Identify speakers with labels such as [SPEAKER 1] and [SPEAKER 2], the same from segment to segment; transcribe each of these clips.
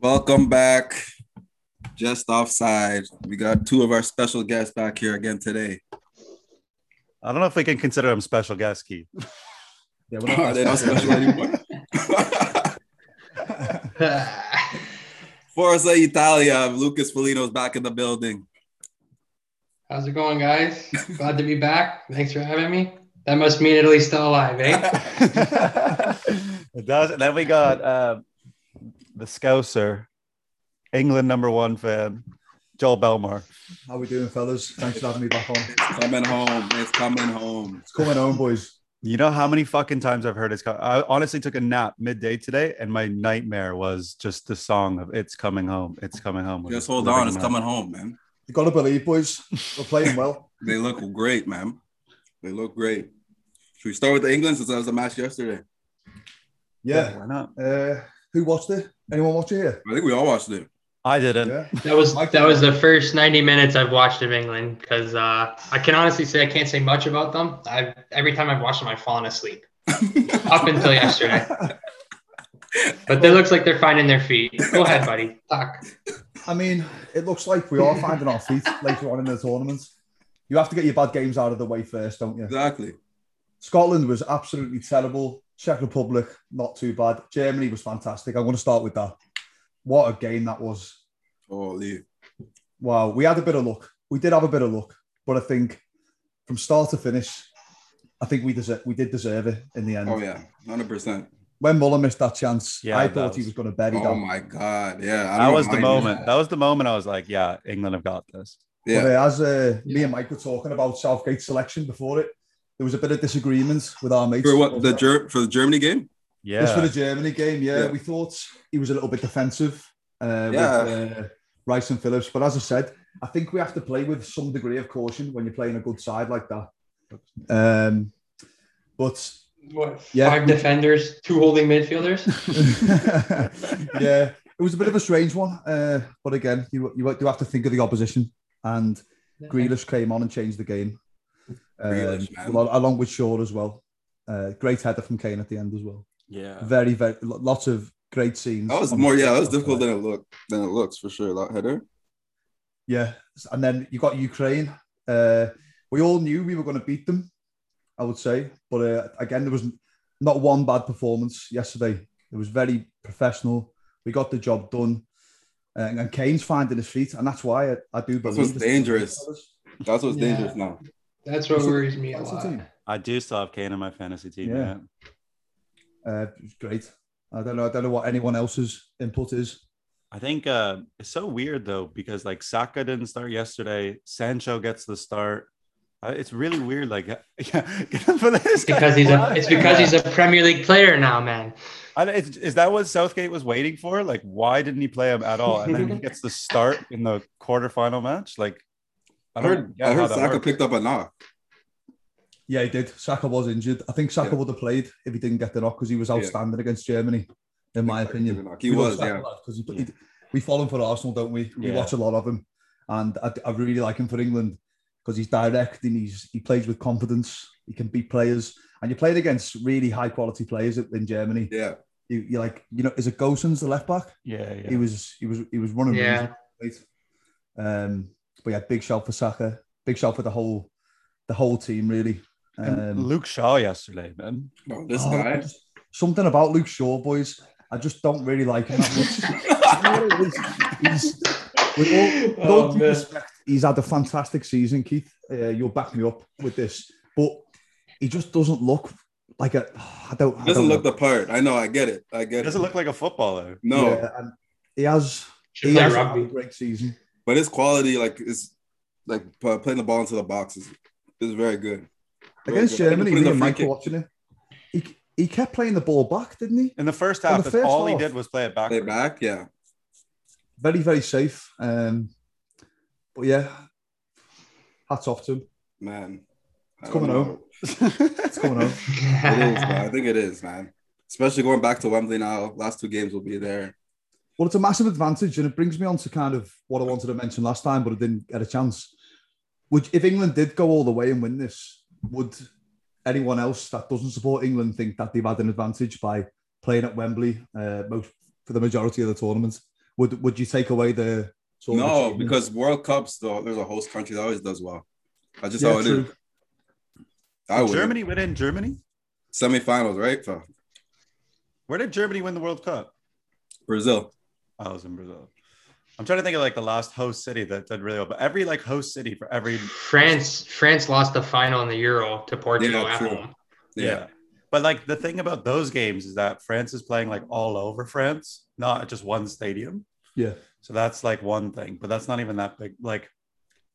[SPEAKER 1] Welcome back. Just offside. We got two of our special guests back here again today.
[SPEAKER 2] I don't know if we can consider them special guests, Keith.
[SPEAKER 3] Yeah, we're
[SPEAKER 1] Are they not special anymore? Forza Italia, Lucas Felino's back in the building.
[SPEAKER 4] How's it going, guys? Glad to be back. Thanks for having me. That must mean Italy's still alive, eh?
[SPEAKER 2] it does. And then we got uh, the Scouser, England number one fan, Joel Belmar.
[SPEAKER 3] How we doing, fellas? Thanks for having me back on.
[SPEAKER 1] It's coming home. It's coming home.
[SPEAKER 3] It's coming home, boys.
[SPEAKER 2] You know how many fucking times I've heard it's. Co- I honestly took a nap midday today, and my nightmare was just the song of "It's coming home, it's coming home." which
[SPEAKER 1] Just
[SPEAKER 2] is
[SPEAKER 1] hold
[SPEAKER 2] living
[SPEAKER 1] on. It's
[SPEAKER 2] now.
[SPEAKER 1] coming home, man.
[SPEAKER 3] You gotta believe, boys. We're playing well.
[SPEAKER 1] They look great, man. They look great. Should we start with the England since that was the match yesterday?
[SPEAKER 3] Yeah.
[SPEAKER 2] Why not?
[SPEAKER 3] Uh, who watched it? Anyone watch it here?
[SPEAKER 1] I think we all watched it.
[SPEAKER 2] I didn't.
[SPEAKER 3] Yeah.
[SPEAKER 4] That was that was the first 90 minutes I've watched of England because uh, I can honestly say I can't say much about them. I every time I've watched them, I've fallen asleep up until yesterday. But it looks like they're finding their feet. Go ahead, buddy. Talk.
[SPEAKER 3] I mean, it looks like we are finding our feet later on in the tournament. You have to get your bad games out of the way first, don't you?
[SPEAKER 1] Exactly.
[SPEAKER 3] Scotland was absolutely terrible. Czech Republic, not too bad. Germany was fantastic. I want to start with that. What a game that was.
[SPEAKER 1] Holy.
[SPEAKER 3] Wow, we had a bit of luck. We did have a bit of luck, but I think from start to finish, I think we deserve we did deserve it in the end.
[SPEAKER 1] Oh, yeah. 100%.
[SPEAKER 3] When Muller missed that chance,
[SPEAKER 2] Yeah,
[SPEAKER 3] I
[SPEAKER 2] that
[SPEAKER 3] thought he
[SPEAKER 2] was-
[SPEAKER 3] was going to bury
[SPEAKER 1] Oh,
[SPEAKER 3] that.
[SPEAKER 1] my God. Yeah. I
[SPEAKER 2] That
[SPEAKER 1] don't
[SPEAKER 2] was the
[SPEAKER 1] mind
[SPEAKER 2] moment. That was the moment I was like, "Yeah, England have got this."
[SPEAKER 1] Yeah.
[SPEAKER 3] But uh, as uh, me and Mike were talking about Southgate's selection before it, there was a bit of disagreement with our mates.
[SPEAKER 1] For what the Ger- for the Germany game?
[SPEAKER 2] Yeah,
[SPEAKER 3] Just for the Germany game, yeah,
[SPEAKER 1] Yeah.
[SPEAKER 3] we thought he was a little bit defensive uh, with
[SPEAKER 1] Yeah.
[SPEAKER 3] uh, Rice and Phillips. But as I said, I think we have to play with some degree of caution when you're playing a good side like that. Um, but
[SPEAKER 4] What?
[SPEAKER 3] Yeah.
[SPEAKER 4] Five defenders, two holding midfielders.
[SPEAKER 3] yeah, it was a bit of a strange one. Uh, but again, you, you do have to think of the opposition. And Grealish came on and changed the game. Um,
[SPEAKER 1] Grealish, man.
[SPEAKER 3] along, along with Shaw as well. Uh, great header from Kane at the end as well.
[SPEAKER 2] yeah.
[SPEAKER 3] Very, very lo- lots of great scenes.
[SPEAKER 1] That was
[SPEAKER 3] on-
[SPEAKER 1] more, yeah, that was difficult than it looked than it looks for sure. That header.
[SPEAKER 3] Yeah, and then you got Ukraine. Uh, we all knew we were going to beat them, I would say. But uh, again, there was not one bad performance yesterday. It was very professional. We got the job done, uh, and, and Kane's finding his feet, and that's why I, I do believe
[SPEAKER 1] what's
[SPEAKER 3] this-
[SPEAKER 1] dangerous. That's what's
[SPEAKER 4] Yeah.
[SPEAKER 1] dangerous now.
[SPEAKER 4] That's what
[SPEAKER 3] That's a-
[SPEAKER 4] worries me a
[SPEAKER 3] that's a
[SPEAKER 4] lot.
[SPEAKER 3] team.
[SPEAKER 2] I do still have Kane in my fantasy team.
[SPEAKER 3] Yeah.
[SPEAKER 2] Yeah,
[SPEAKER 3] Uh, it was great. I don't know. I don't know what anyone else's input is.
[SPEAKER 2] I think uh, it's so weird though because like Saka didn't start yesterday. Sancho gets the start. Uh, it's really weird. Like, yeah,
[SPEAKER 4] It's because he's a it's because he's a Premier League player now, man.
[SPEAKER 2] I, is, is that what Southgate was waiting for? Like, why didn't he play him at all? And then he gets the start in the quarterfinal match. Like,
[SPEAKER 1] I
[SPEAKER 2] don't
[SPEAKER 1] heard
[SPEAKER 2] get
[SPEAKER 1] I
[SPEAKER 2] how
[SPEAKER 1] heard
[SPEAKER 2] that
[SPEAKER 1] Saka
[SPEAKER 2] works.
[SPEAKER 1] picked up a knock.
[SPEAKER 3] Yeah, he did. Saka was injured. I think Saka
[SPEAKER 1] Yeah.
[SPEAKER 3] would have played if he didn't get the knock because he was
[SPEAKER 1] Yeah.
[SPEAKER 3] outstanding against Germany, in my
[SPEAKER 1] Saka did
[SPEAKER 3] opinion.
[SPEAKER 1] a knock. He was, yeah.
[SPEAKER 3] Because
[SPEAKER 2] Yeah.
[SPEAKER 3] we follow him for Arsenal, don't we? We
[SPEAKER 2] Yeah.
[SPEAKER 3] watch a lot of him, and I, I really like him for England because he's direct and he's he plays with confidence. He can beat players, and you're playing against really high quality players in Germany.
[SPEAKER 1] Yeah.
[SPEAKER 3] You, you're like, you know, is it Gosens the left back?
[SPEAKER 2] Yeah, yeah.
[SPEAKER 3] He was, he was, he was running. really
[SPEAKER 4] Yeah.
[SPEAKER 3] great. Um, but yeah, big shout for Saka. Big shout for the whole, the whole team really. Um,
[SPEAKER 2] And Luke Shaw yesterday, man.
[SPEAKER 1] No, this
[SPEAKER 3] Oh,
[SPEAKER 1] guy.
[SPEAKER 3] Something about Luke Shaw, boys. I just don't really like him that much. You know what it is? He's, with all, with all
[SPEAKER 4] Oh,
[SPEAKER 3] due
[SPEAKER 4] man.
[SPEAKER 3] respect, he's had a fantastic season, Keith. Uh, you'll back me up with this, but he just doesn't look like a. I don't. I
[SPEAKER 1] doesn't
[SPEAKER 3] don't
[SPEAKER 1] look
[SPEAKER 3] know.
[SPEAKER 1] the part. I know, I get it. I
[SPEAKER 2] He
[SPEAKER 1] get
[SPEAKER 2] doesn't
[SPEAKER 1] it.
[SPEAKER 2] look like a footballer.
[SPEAKER 1] No,
[SPEAKER 3] Yeah, and he has.
[SPEAKER 4] Should
[SPEAKER 3] He
[SPEAKER 4] play
[SPEAKER 3] has had a
[SPEAKER 4] rugby.
[SPEAKER 3] great season.
[SPEAKER 1] but his quality, like is like p- playing the ball into the box is, is very good. Very
[SPEAKER 3] Against
[SPEAKER 1] good. I think
[SPEAKER 3] Germany,
[SPEAKER 1] he put in
[SPEAKER 3] me
[SPEAKER 1] the
[SPEAKER 3] and
[SPEAKER 1] free
[SPEAKER 3] Mike
[SPEAKER 1] kick.
[SPEAKER 3] were watching it. He, he kept playing the ball back, didn't he?
[SPEAKER 2] In the first
[SPEAKER 3] In
[SPEAKER 2] half,
[SPEAKER 3] the
[SPEAKER 2] that's
[SPEAKER 3] first
[SPEAKER 2] all he
[SPEAKER 3] half.
[SPEAKER 2] did was play it
[SPEAKER 1] Play
[SPEAKER 2] backwards.
[SPEAKER 1] back, yeah.
[SPEAKER 3] Very, very safe. Um, but yeah, hats off to him.
[SPEAKER 1] Man. I
[SPEAKER 3] It's coming
[SPEAKER 1] don't
[SPEAKER 3] home.
[SPEAKER 1] know.
[SPEAKER 3] It's coming on.
[SPEAKER 1] It is, man. I think it is, man. Especially going back to Wembley now. Last two games will be there.
[SPEAKER 3] Well, it's a massive advantage, and it brings me on to kind of what I wanted to mention last time, but I didn't get a chance. Would if England did go all the way and win this, would anyone else that doesn't support England think that they've had an advantage by playing at Wembley uh, most for the majority of the tournament? would would you take away the sort of
[SPEAKER 1] no,
[SPEAKER 3] achievement?
[SPEAKER 1] because World Cups though, there's a host country that always does well. That's just
[SPEAKER 3] Yeah,
[SPEAKER 1] how it is.
[SPEAKER 3] true.
[SPEAKER 1] I would
[SPEAKER 2] Germany win in Germany.
[SPEAKER 1] semifinals, right? For
[SPEAKER 2] Where did Germany win the World Cup?
[SPEAKER 1] Brazil.
[SPEAKER 2] I was in Brazil. I'm trying to think of like the last host city that did really well, but every like host city for every
[SPEAKER 4] France France lost the final in the Euro to Portugal
[SPEAKER 1] Yeah,
[SPEAKER 4] at
[SPEAKER 1] true.
[SPEAKER 4] home.
[SPEAKER 1] Yeah.
[SPEAKER 2] But like the thing about those games is that France is playing like all over France, not at just one stadium.
[SPEAKER 3] Yeah.
[SPEAKER 2] So that's like one thing, but that's not even that big. Like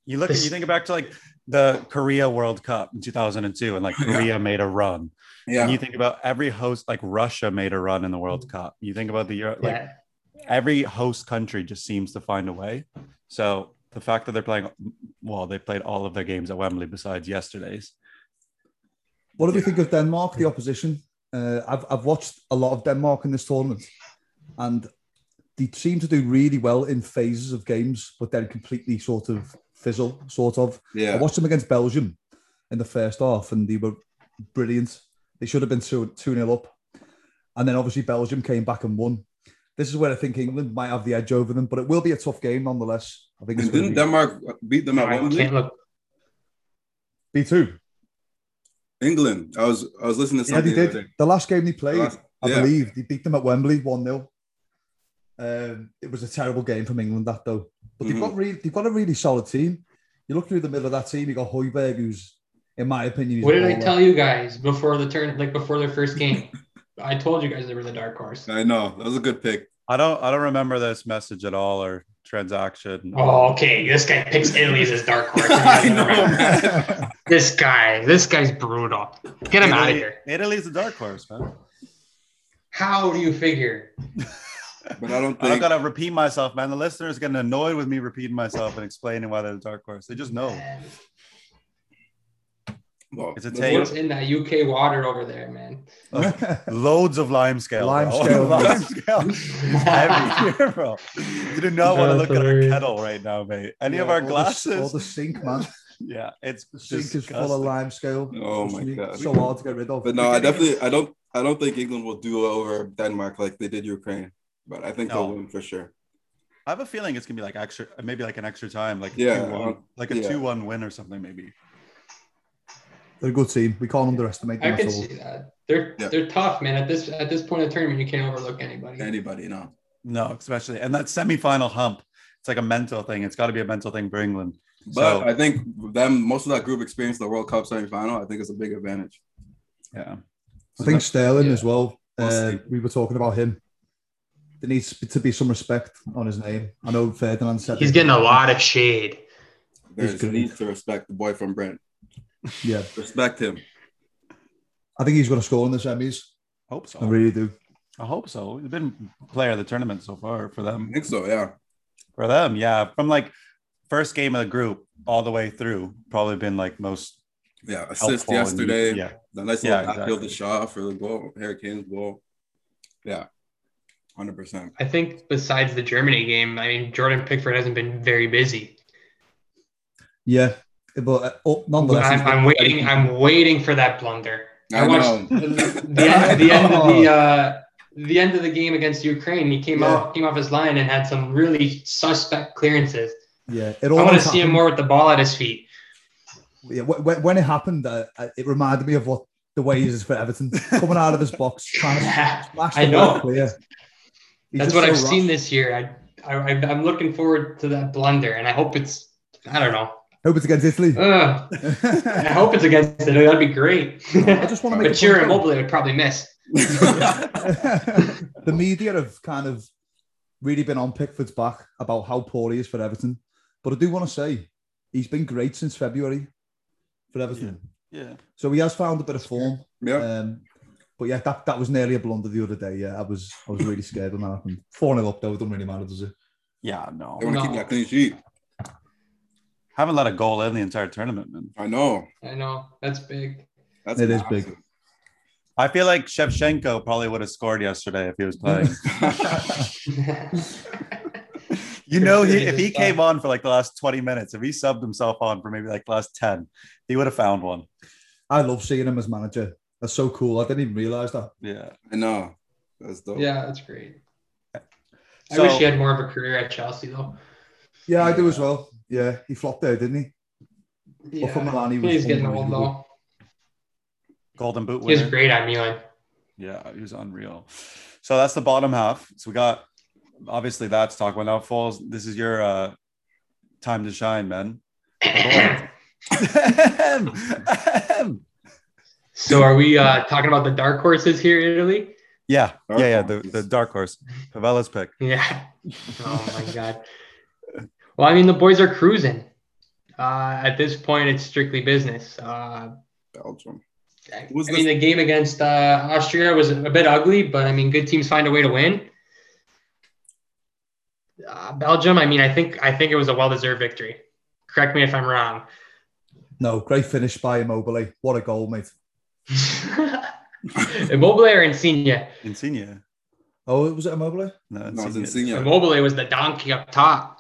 [SPEAKER 2] you look at
[SPEAKER 4] This-
[SPEAKER 2] you think back to like the Korea World Cup in 2002 and like
[SPEAKER 1] Yeah.
[SPEAKER 2] Korea made a run.
[SPEAKER 1] Yeah. Mm-hmm.
[SPEAKER 2] And you think about every host like Russia made a run in the World Cup. You think about the Euro, like
[SPEAKER 4] yeah.
[SPEAKER 2] every host country just seems to find a way. So the fact that they're playing, well, they played all of their games at Wembley besides yesterday's.
[SPEAKER 3] What do we think of Denmark, the opposition? Uh, I've, I've watched a lot of Denmark in this tournament, and they seem to do really well in phases of games, but then completely sort of fizzle, sort of. I
[SPEAKER 1] Yeah.
[SPEAKER 3] watched them against Belgium in the first half, and they were brilliant. They should have been 2 2 0 up. And then obviously, Belgium came back and won. This is where I think England might have the edge over them, but it will be a tough game nonetheless. I think it's
[SPEAKER 1] And
[SPEAKER 3] going
[SPEAKER 1] didn't
[SPEAKER 3] to
[SPEAKER 1] Denmark beat them at
[SPEAKER 4] I can't
[SPEAKER 1] Wembley?
[SPEAKER 4] look.
[SPEAKER 3] be B2.
[SPEAKER 1] England. I was I was listening to
[SPEAKER 3] Yeah,
[SPEAKER 1] something. the
[SPEAKER 3] they did.
[SPEAKER 1] other day.
[SPEAKER 3] The last game they
[SPEAKER 1] The
[SPEAKER 3] played,
[SPEAKER 1] last-
[SPEAKER 3] I
[SPEAKER 1] yeah.
[SPEAKER 3] believe they beat them at Wembley 1 0. Um, it was a terrible game from England, that though. But they've,
[SPEAKER 1] Mhm.
[SPEAKER 3] got really, they've got a really solid team. You look through the middle of that team, you got Hoiberg, who's, in my opinion, he's
[SPEAKER 4] What did I
[SPEAKER 3] all
[SPEAKER 4] tell you guys before the turn, like before their first game? I told you guys they were the dark horse.
[SPEAKER 1] I know that was a good pick.
[SPEAKER 2] I don't, I don't remember this message at all or transaction.
[SPEAKER 4] Oh, okay. This guy picks Italy as his dark horse.
[SPEAKER 1] I know, man.
[SPEAKER 4] This guy, this guy's brutal. Get him out of
[SPEAKER 2] Italy,
[SPEAKER 4] here.
[SPEAKER 2] Italy's a dark horse, man.
[SPEAKER 4] How do you figure?
[SPEAKER 1] But I don't
[SPEAKER 2] I don't
[SPEAKER 1] think
[SPEAKER 2] gotta repeat myself, man. The listener's getting annoyed with me repeating myself and explaining why they're the dark horse. They just know.
[SPEAKER 1] well,
[SPEAKER 2] It's a
[SPEAKER 1] that's
[SPEAKER 2] tape.
[SPEAKER 1] what-
[SPEAKER 4] What's in that UK water over there, man?
[SPEAKER 2] Loads of lime scale. bro.
[SPEAKER 3] Lime scale.
[SPEAKER 2] lime scale. Every year, bro. You do not want to
[SPEAKER 4] That's
[SPEAKER 2] look at our
[SPEAKER 4] hilarious.
[SPEAKER 2] kettle right now, mate. Any of
[SPEAKER 3] Yeah,
[SPEAKER 2] our
[SPEAKER 3] all the-
[SPEAKER 2] glasses?
[SPEAKER 3] all the sink, man.
[SPEAKER 2] yeah, it's
[SPEAKER 3] The sink is full of
[SPEAKER 2] disgusting.
[SPEAKER 3] lime scale.
[SPEAKER 1] Oh
[SPEAKER 3] Trust
[SPEAKER 1] my
[SPEAKER 3] me,
[SPEAKER 1] God.
[SPEAKER 3] So hard to get rid of.
[SPEAKER 1] But no, I definitely I don't I don't think England will do over Denmark like they did Ukraine. But I think
[SPEAKER 2] No.
[SPEAKER 1] they'll win for sure.
[SPEAKER 2] I have a feeling it's gonna be like extra, maybe like an extra time, like
[SPEAKER 1] Yeah,
[SPEAKER 2] yeah,
[SPEAKER 1] um,
[SPEAKER 2] like a
[SPEAKER 1] yeah.
[SPEAKER 2] two-one win or something, maybe.
[SPEAKER 3] They're a good team. We can't underestimate
[SPEAKER 4] I
[SPEAKER 3] them
[SPEAKER 4] can
[SPEAKER 3] at all.
[SPEAKER 4] see that. They're
[SPEAKER 1] Yeah.
[SPEAKER 4] they're tough, man. At this at this point of the tournament, you can't overlook anybody.
[SPEAKER 1] Anybody, no.
[SPEAKER 2] No, especially and that semi-final hump. It's like a mental thing. It's got to be a mental thing for England.
[SPEAKER 1] But
[SPEAKER 2] So-
[SPEAKER 1] I think them most of that group experienced the World Cup semifinal. I think it's a big advantage.
[SPEAKER 2] Yeah,
[SPEAKER 3] I think Sterling
[SPEAKER 4] Yeah.
[SPEAKER 3] as well.
[SPEAKER 1] We'll
[SPEAKER 3] uh,
[SPEAKER 1] see.
[SPEAKER 3] we were talking about him. There needs to be some respect on his name. I know Ferdinand said
[SPEAKER 4] He's
[SPEAKER 3] it.
[SPEAKER 4] getting a lot of shade.
[SPEAKER 1] There's
[SPEAKER 3] He's good.
[SPEAKER 1] need to respect the boy from Brent.
[SPEAKER 3] Yeah,
[SPEAKER 1] Respect him.
[SPEAKER 3] I think he's going to score in the semis.
[SPEAKER 2] hope so.
[SPEAKER 3] I really do.
[SPEAKER 2] I hope so. He's been player of the tournament so far for
[SPEAKER 1] I
[SPEAKER 2] them.
[SPEAKER 1] think so, yeah.
[SPEAKER 2] For them, yeah, from like first game of the group all the way through, probably been like most
[SPEAKER 1] Yeah. Assist
[SPEAKER 2] helpful. and-
[SPEAKER 1] yesterday.
[SPEAKER 2] yeah,
[SPEAKER 1] The nice
[SPEAKER 2] Yeah,
[SPEAKER 1] little backfield
[SPEAKER 2] exactly.
[SPEAKER 1] shot for the goal, Harry Kane's goal. Yeah. Hundred percent.
[SPEAKER 4] I think besides the Germany game, I mean Jordan Pickford hasn't been very busy.
[SPEAKER 3] Yeah, but uh, oh, nonetheless,
[SPEAKER 4] I'm,
[SPEAKER 3] he's been
[SPEAKER 4] I'm
[SPEAKER 3] very
[SPEAKER 4] waiting.
[SPEAKER 3] good.
[SPEAKER 4] I'm waiting for that blunder. I,
[SPEAKER 1] I
[SPEAKER 4] watched
[SPEAKER 1] know.
[SPEAKER 4] the end, the end of the uh, the end of the game against Ukraine. He came
[SPEAKER 3] Oh. Yeah.
[SPEAKER 4] out came off his line and had some really suspect clearances.
[SPEAKER 3] yeah, it
[SPEAKER 4] I want to
[SPEAKER 3] almost
[SPEAKER 4] see him
[SPEAKER 3] happened-
[SPEAKER 4] more with the ball at his feet.
[SPEAKER 3] Yeah, when, when it happened, uh, uh, it reminded me of what the way he is for Everton coming out of his box, trying to
[SPEAKER 4] That's
[SPEAKER 3] smash
[SPEAKER 4] I
[SPEAKER 3] the ball
[SPEAKER 4] know.
[SPEAKER 3] clear. He's
[SPEAKER 4] what
[SPEAKER 3] just so
[SPEAKER 4] I've
[SPEAKER 3] rash.
[SPEAKER 4] seen this year. I, I I'm looking forward to that blunder, and I hope it's I don't know.
[SPEAKER 3] Hope it's against Italy.
[SPEAKER 4] Ugh, I
[SPEAKER 3] I
[SPEAKER 4] hope it's against Italy. That'd be great.
[SPEAKER 3] just want to make
[SPEAKER 4] but
[SPEAKER 3] a point
[SPEAKER 4] Jure
[SPEAKER 3] though.
[SPEAKER 4] Immobile would probably miss.
[SPEAKER 3] the media have kind of really been on Pickford's back about how poor he is for Everton. But I do want to say he's been great since February for Everton.
[SPEAKER 2] yeah.
[SPEAKER 3] So he has found a bit of form.
[SPEAKER 1] yeah.
[SPEAKER 3] Um, but yeah, that, that was nearly a blunder the other day. Yeah, I was I was really scared when that happened. 4 0 up though, it doesn't really matter, does it?
[SPEAKER 2] Yeah, no.
[SPEAKER 1] They want to keep
[SPEAKER 4] No.
[SPEAKER 1] that clean sheet.
[SPEAKER 2] Haven't let a goal in the entire tournament, man.
[SPEAKER 1] I know.
[SPEAKER 4] I know that's big.
[SPEAKER 1] That's
[SPEAKER 3] It is big.
[SPEAKER 2] I feel like Shevchenko probably would have scored yesterday if he was playing. you know, he, if he came on for like the last 20 minutes, if he subbed himself on for maybe like the last 10, he would have found one.
[SPEAKER 3] I love seeing him as manager. That's so cool. I didn't even realise that.
[SPEAKER 2] Yeah.
[SPEAKER 1] I know. That's dope.
[SPEAKER 4] yeah, that's great. I
[SPEAKER 2] So-
[SPEAKER 4] wish he had more of a career at Chelsea though.
[SPEAKER 3] Yeah, I do as well. Yeah, he flopped there, didn't he?
[SPEAKER 4] Yeah.
[SPEAKER 3] for Milan, he was
[SPEAKER 4] he's getting old though.
[SPEAKER 3] unbelievable.
[SPEAKER 2] Golden Boot
[SPEAKER 4] He was
[SPEAKER 2] winner.
[SPEAKER 4] great at Milan.
[SPEAKER 2] Yeah, he was unreal. So that's the bottom half. So we got obviously that's talk about now. Falls, this is your uh time to shine, man.
[SPEAKER 4] so are we uh, talking about the dark horses here in Italy?
[SPEAKER 2] yeah, yeah,
[SPEAKER 1] Dark
[SPEAKER 2] yeah. The,
[SPEAKER 1] horses.
[SPEAKER 2] the dark horse, Pavela's pick.
[SPEAKER 4] Yeah. Oh my god. Well, I mean, the boys are cruising. Uh, at this point, it's strictly business. Uh,
[SPEAKER 1] Belgium.
[SPEAKER 4] I
[SPEAKER 1] Who's
[SPEAKER 4] I mean, the game against uh, Austria was a bit ugly, but I mean, good teams find a way to win. Uh, Belgium, I mean, I think I think it was a well-deserved victory. Correct me if I'm wrong.
[SPEAKER 3] No, great finish by Immobile. What a goal, mate.
[SPEAKER 4] Immobile or Insigne?
[SPEAKER 2] Insignia.
[SPEAKER 3] Oh, was it Immobile?
[SPEAKER 2] No,
[SPEAKER 1] No, it's
[SPEAKER 2] Insigne.
[SPEAKER 1] Insigne.
[SPEAKER 4] Immobile was the donkey up top.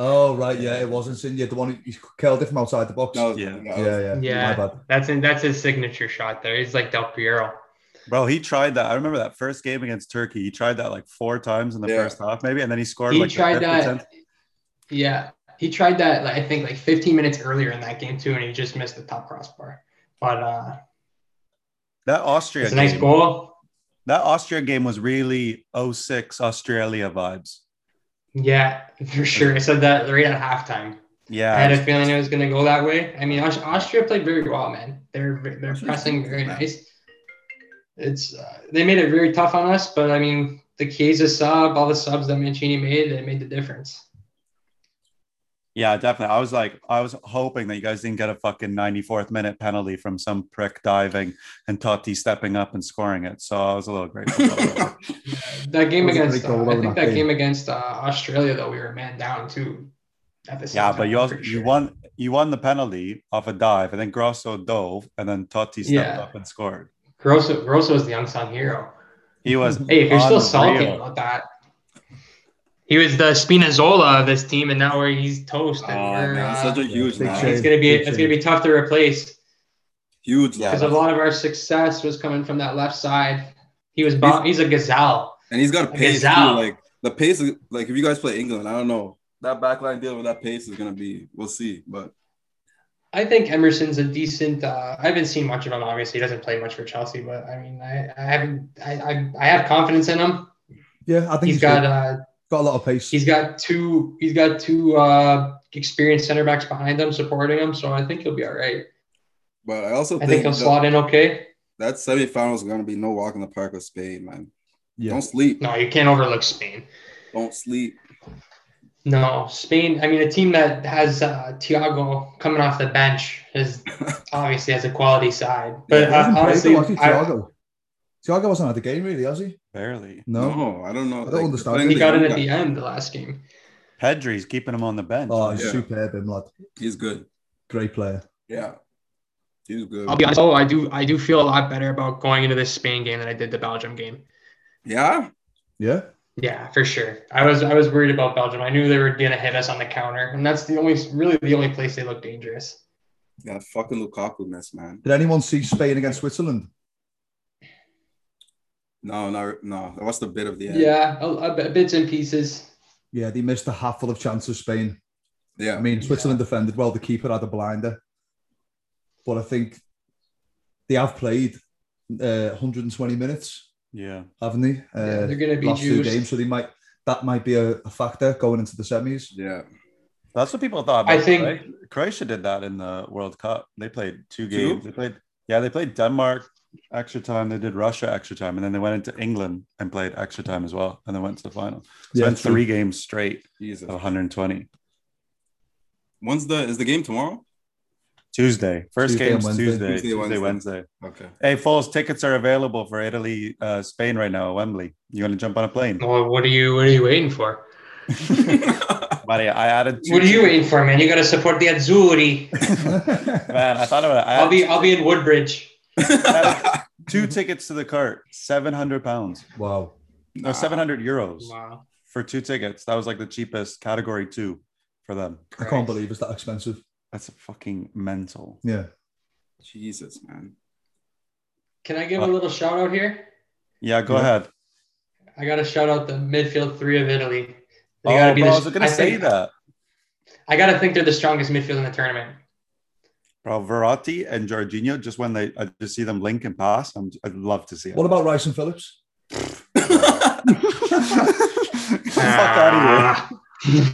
[SPEAKER 3] Oh, right. Yeah, it wasn't Sin. Yeah, the one who he curled it from outside the box.
[SPEAKER 1] That was-
[SPEAKER 2] Yeah.
[SPEAKER 1] that was-
[SPEAKER 3] yeah, yeah.
[SPEAKER 4] Yeah.
[SPEAKER 3] My bad.
[SPEAKER 4] That's in, that's his signature shot there. He's like Del Piero.
[SPEAKER 2] Bro, he tried that. I remember that first game against Turkey. He tried that like four times in the
[SPEAKER 1] Yeah.
[SPEAKER 2] first half, maybe, and then he scored
[SPEAKER 4] he
[SPEAKER 2] like the
[SPEAKER 4] tried
[SPEAKER 2] 50%.
[SPEAKER 4] that. Yeah, he tried that. Like, I think like 15 minutes earlier in that game too, and he just missed the top crossbar. But uh,
[SPEAKER 2] That Austria
[SPEAKER 4] it's a nice
[SPEAKER 2] game-
[SPEAKER 4] goal.
[SPEAKER 2] That Austria game was really 06 Australia vibes.
[SPEAKER 4] Yeah, for sure. I said that right at halftime.
[SPEAKER 2] Yeah.
[SPEAKER 4] I had a feeling it was going to go that way. I mean, Aus- Austria played very well, man. They're they're
[SPEAKER 1] Austria's
[SPEAKER 4] pressing
[SPEAKER 1] good,
[SPEAKER 4] very
[SPEAKER 1] man.
[SPEAKER 4] nice. It's uh, they made it very tough on us, but I mean, the Chiesa sub, all the subs that Mancini made, they made the difference.
[SPEAKER 2] Yeah, definitely. I was like, I was hoping that you guys didn't get a fucking 94th minute penalty from some prick diving and Totti stepping up and scoring it. So I was a little grateful. for that.
[SPEAKER 4] That game
[SPEAKER 3] It was a
[SPEAKER 4] against,
[SPEAKER 3] pretty
[SPEAKER 4] uh,
[SPEAKER 3] cool
[SPEAKER 4] I think that
[SPEAKER 3] game.
[SPEAKER 4] game against uh, Australia though, we were man down too. At the same
[SPEAKER 2] yeah,
[SPEAKER 4] time,
[SPEAKER 2] but you
[SPEAKER 4] I'm
[SPEAKER 2] also
[SPEAKER 4] pretty
[SPEAKER 2] you
[SPEAKER 4] sure.
[SPEAKER 2] won you won the penalty off a dive, and then Grosso dove, and then Totti stepped
[SPEAKER 4] Yeah.
[SPEAKER 2] up and scored.
[SPEAKER 4] Grosso. Grosso is the unsung hero.
[SPEAKER 2] He was
[SPEAKER 4] Hey, if you're still salty
[SPEAKER 2] Unreal.
[SPEAKER 4] about that, he was the Spinazzola of this team, and now we're, he's toast.
[SPEAKER 1] Oh,
[SPEAKER 4] And we're,
[SPEAKER 1] man,
[SPEAKER 4] uh,
[SPEAKER 1] such a huge
[SPEAKER 3] Big
[SPEAKER 1] loss.
[SPEAKER 3] shame.
[SPEAKER 4] it's gonna be
[SPEAKER 3] Big
[SPEAKER 4] it's gonna be tough to replace
[SPEAKER 1] Huge
[SPEAKER 2] Yeah.
[SPEAKER 1] loss.
[SPEAKER 4] because a lot of our success was coming from that left side. He was bo- he's a gazelle.
[SPEAKER 1] And he's got a
[SPEAKER 4] Like
[SPEAKER 1] pace
[SPEAKER 4] it's
[SPEAKER 1] too.
[SPEAKER 4] out.
[SPEAKER 1] Like the pace, is, like if you guys play England, I don't know that backline deal with that pace is gonna be. We'll see, but
[SPEAKER 4] I think Emerson's a decent. Uh, I haven't seen much of him. Obviously, he doesn't play much for Chelsea, but I mean, I, I haven't. I, I, I have confidence in him.
[SPEAKER 3] Yeah, I think
[SPEAKER 4] He's got
[SPEAKER 3] good.
[SPEAKER 4] uh,
[SPEAKER 3] got a lot of pace.
[SPEAKER 4] he's got two he's got two uh, experienced center backs behind him supporting him. So I think he'll be all right.
[SPEAKER 1] but I also
[SPEAKER 4] I
[SPEAKER 1] think,
[SPEAKER 4] think he'll
[SPEAKER 1] that,
[SPEAKER 4] slot in okay.
[SPEAKER 1] that semifinal is gonna be no walk in the park with Spain, man.
[SPEAKER 3] yeah.
[SPEAKER 1] Don't sleep.
[SPEAKER 4] No, you can't overlook Spain.
[SPEAKER 1] Don't sleep.
[SPEAKER 4] No, Spain. I mean, a team that has uh, Thiago coming off the bench is obviously has a quality side. But
[SPEAKER 1] Yeah,
[SPEAKER 4] uh, honestly, I,
[SPEAKER 3] Tiago. Tiago wasn't at the game really, has he?
[SPEAKER 2] barely.
[SPEAKER 1] No,
[SPEAKER 3] No.
[SPEAKER 1] I don't know.
[SPEAKER 3] I don't
[SPEAKER 1] they're
[SPEAKER 3] understand.
[SPEAKER 1] playing
[SPEAKER 4] he got
[SPEAKER 1] young
[SPEAKER 4] it at
[SPEAKER 1] guy.
[SPEAKER 4] the end the last game.
[SPEAKER 2] Pedri's keeping him on the bench.
[SPEAKER 3] Oh, he's
[SPEAKER 1] Yeah.
[SPEAKER 3] superb, him lad.
[SPEAKER 1] He's good.
[SPEAKER 3] Great player.
[SPEAKER 1] Yeah, he's good.
[SPEAKER 4] I'll be honest. Oh, I do. I do feel a lot better about going into this Spain game than I did the Belgium game.
[SPEAKER 1] yeah,
[SPEAKER 3] Yeah.
[SPEAKER 4] Yeah, for sure. I was I was worried about Belgium. I knew they were gonna hit us on the counter, and that's the only really the only place they look dangerous.
[SPEAKER 1] yeah. Fucking Lukaku mess, man.
[SPEAKER 3] Did anyone see Spain against Switzerland?
[SPEAKER 1] No, no, no. What's the bit of the
[SPEAKER 4] Yeah,
[SPEAKER 1] end?
[SPEAKER 4] a, a bit- bits and pieces.
[SPEAKER 3] Yeah, they missed a handful of chances. Spain.
[SPEAKER 1] yeah.
[SPEAKER 3] I mean, Switzerland defended well. The keeper had a blinder, but I think they have played uh, 120 minutes,
[SPEAKER 2] Yeah.
[SPEAKER 3] haven't they? Uh,
[SPEAKER 4] Yeah, they're gonna be
[SPEAKER 3] last two
[SPEAKER 4] juiced.
[SPEAKER 3] games, so they might that might be a, a factor going into the semis.
[SPEAKER 1] yeah.
[SPEAKER 2] That's what people thought.
[SPEAKER 4] I
[SPEAKER 2] about,
[SPEAKER 4] think-
[SPEAKER 2] right? Croatia did that in the World Cup. They played two
[SPEAKER 1] Two?
[SPEAKER 2] games. They played, yeah, they played Denmark extra time. They did Russia extra time, and then they went into England and played extra time as well, and then went to the final. So
[SPEAKER 3] Yeah,
[SPEAKER 2] went
[SPEAKER 3] true.
[SPEAKER 2] three games straight
[SPEAKER 1] Jesus.
[SPEAKER 2] of
[SPEAKER 3] Oh.
[SPEAKER 2] 120.
[SPEAKER 1] When's the is the game tomorrow?
[SPEAKER 2] Tuesday, first
[SPEAKER 3] Tuesday
[SPEAKER 2] game's
[SPEAKER 3] and Wednesday.
[SPEAKER 2] Tuesday,
[SPEAKER 1] Tuesday, Wednesday.
[SPEAKER 2] Tuesday, Wednesday.
[SPEAKER 1] Okay.
[SPEAKER 2] Hey, Falls, tickets are available for Italy, uh, Spain right now, Wembley. You want to jump on a plane?
[SPEAKER 4] Well, what are you what are you waiting for?
[SPEAKER 2] Buddy, I added two.
[SPEAKER 4] What are you waiting for, man? You gotta support the Azzurri.
[SPEAKER 2] Man, I thought about it. I
[SPEAKER 4] I'll
[SPEAKER 2] added
[SPEAKER 4] be I'll be in Woodbridge.
[SPEAKER 2] two tickets to the cart, 700 pounds,
[SPEAKER 3] wow.
[SPEAKER 2] no, 700 euros.
[SPEAKER 4] Wow.
[SPEAKER 2] for two tickets. That was like the cheapest category two for them.
[SPEAKER 3] I can't believe it's that expensive.
[SPEAKER 2] That's fucking mental.
[SPEAKER 3] Yeah.
[SPEAKER 1] Jesus, man.
[SPEAKER 4] Uh, Can I give a little shout out here?
[SPEAKER 2] Yeah, go
[SPEAKER 3] Yeah.
[SPEAKER 2] ahead.
[SPEAKER 4] I gotta shout out the midfield three of Italy. They
[SPEAKER 2] Oh,
[SPEAKER 4] gotta be
[SPEAKER 2] bro,
[SPEAKER 4] the-
[SPEAKER 2] I was gonna
[SPEAKER 4] I
[SPEAKER 2] say
[SPEAKER 4] think-
[SPEAKER 2] that,
[SPEAKER 4] I gotta think they're the strongest midfield in the tournament.
[SPEAKER 2] bro. Verratti and Jorginho, just when they, I just see them link and pass. I'm, I'd love to see it.
[SPEAKER 3] What about Rice and Phillips?
[SPEAKER 2] Fuck out of here.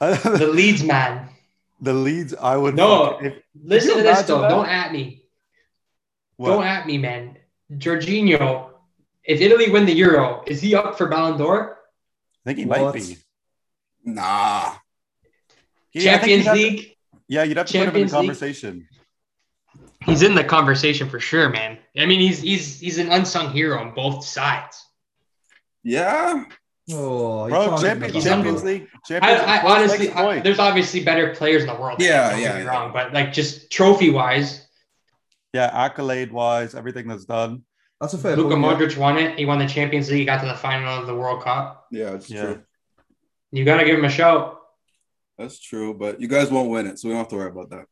[SPEAKER 4] The Leeds man.
[SPEAKER 2] the leads, I would
[SPEAKER 4] No.
[SPEAKER 2] fuck- if-
[SPEAKER 4] Listen
[SPEAKER 2] you
[SPEAKER 4] to this
[SPEAKER 2] imagine
[SPEAKER 4] though.
[SPEAKER 2] that?
[SPEAKER 4] Don't at me. Don't
[SPEAKER 2] what?
[SPEAKER 4] at me, man. Jorginho, if Italy win the Euro, is he up for Ballon d'Or?
[SPEAKER 2] I think he might
[SPEAKER 3] What?
[SPEAKER 2] be.
[SPEAKER 1] Nah.
[SPEAKER 2] He- I think
[SPEAKER 4] Champions
[SPEAKER 2] you'd have to-
[SPEAKER 4] League.
[SPEAKER 2] yeah, you'd have to put him in the
[SPEAKER 4] Champions League?
[SPEAKER 2] conversation.
[SPEAKER 4] He's in the conversation for sure, man. I mean, he's he's he's an unsung hero on both sides.
[SPEAKER 1] Yeah.
[SPEAKER 3] Oh, you
[SPEAKER 2] Bro,
[SPEAKER 3] can't
[SPEAKER 2] Champions,
[SPEAKER 3] give me that.
[SPEAKER 2] Champions League.
[SPEAKER 4] I,
[SPEAKER 2] Champions
[SPEAKER 4] I
[SPEAKER 2] League first
[SPEAKER 4] honestly,
[SPEAKER 2] makes
[SPEAKER 4] I-
[SPEAKER 2] point.
[SPEAKER 4] there's obviously better players in the world.
[SPEAKER 1] Yeah,
[SPEAKER 4] don't get
[SPEAKER 1] yeah,
[SPEAKER 4] me
[SPEAKER 1] yeah.
[SPEAKER 4] wrong, but like just trophy wise,
[SPEAKER 2] yeah, accolade wise, everything that's done.
[SPEAKER 3] That's a fair
[SPEAKER 4] Luka
[SPEAKER 3] point. yeah.
[SPEAKER 4] Modric won it. He won the Champions League, got to the final of the World Cup.
[SPEAKER 1] Yeah, that's
[SPEAKER 2] Yeah.
[SPEAKER 1] true.
[SPEAKER 4] You gotta give him a shout.
[SPEAKER 1] That's true. But you guys won't win it, so we don't have to worry about that.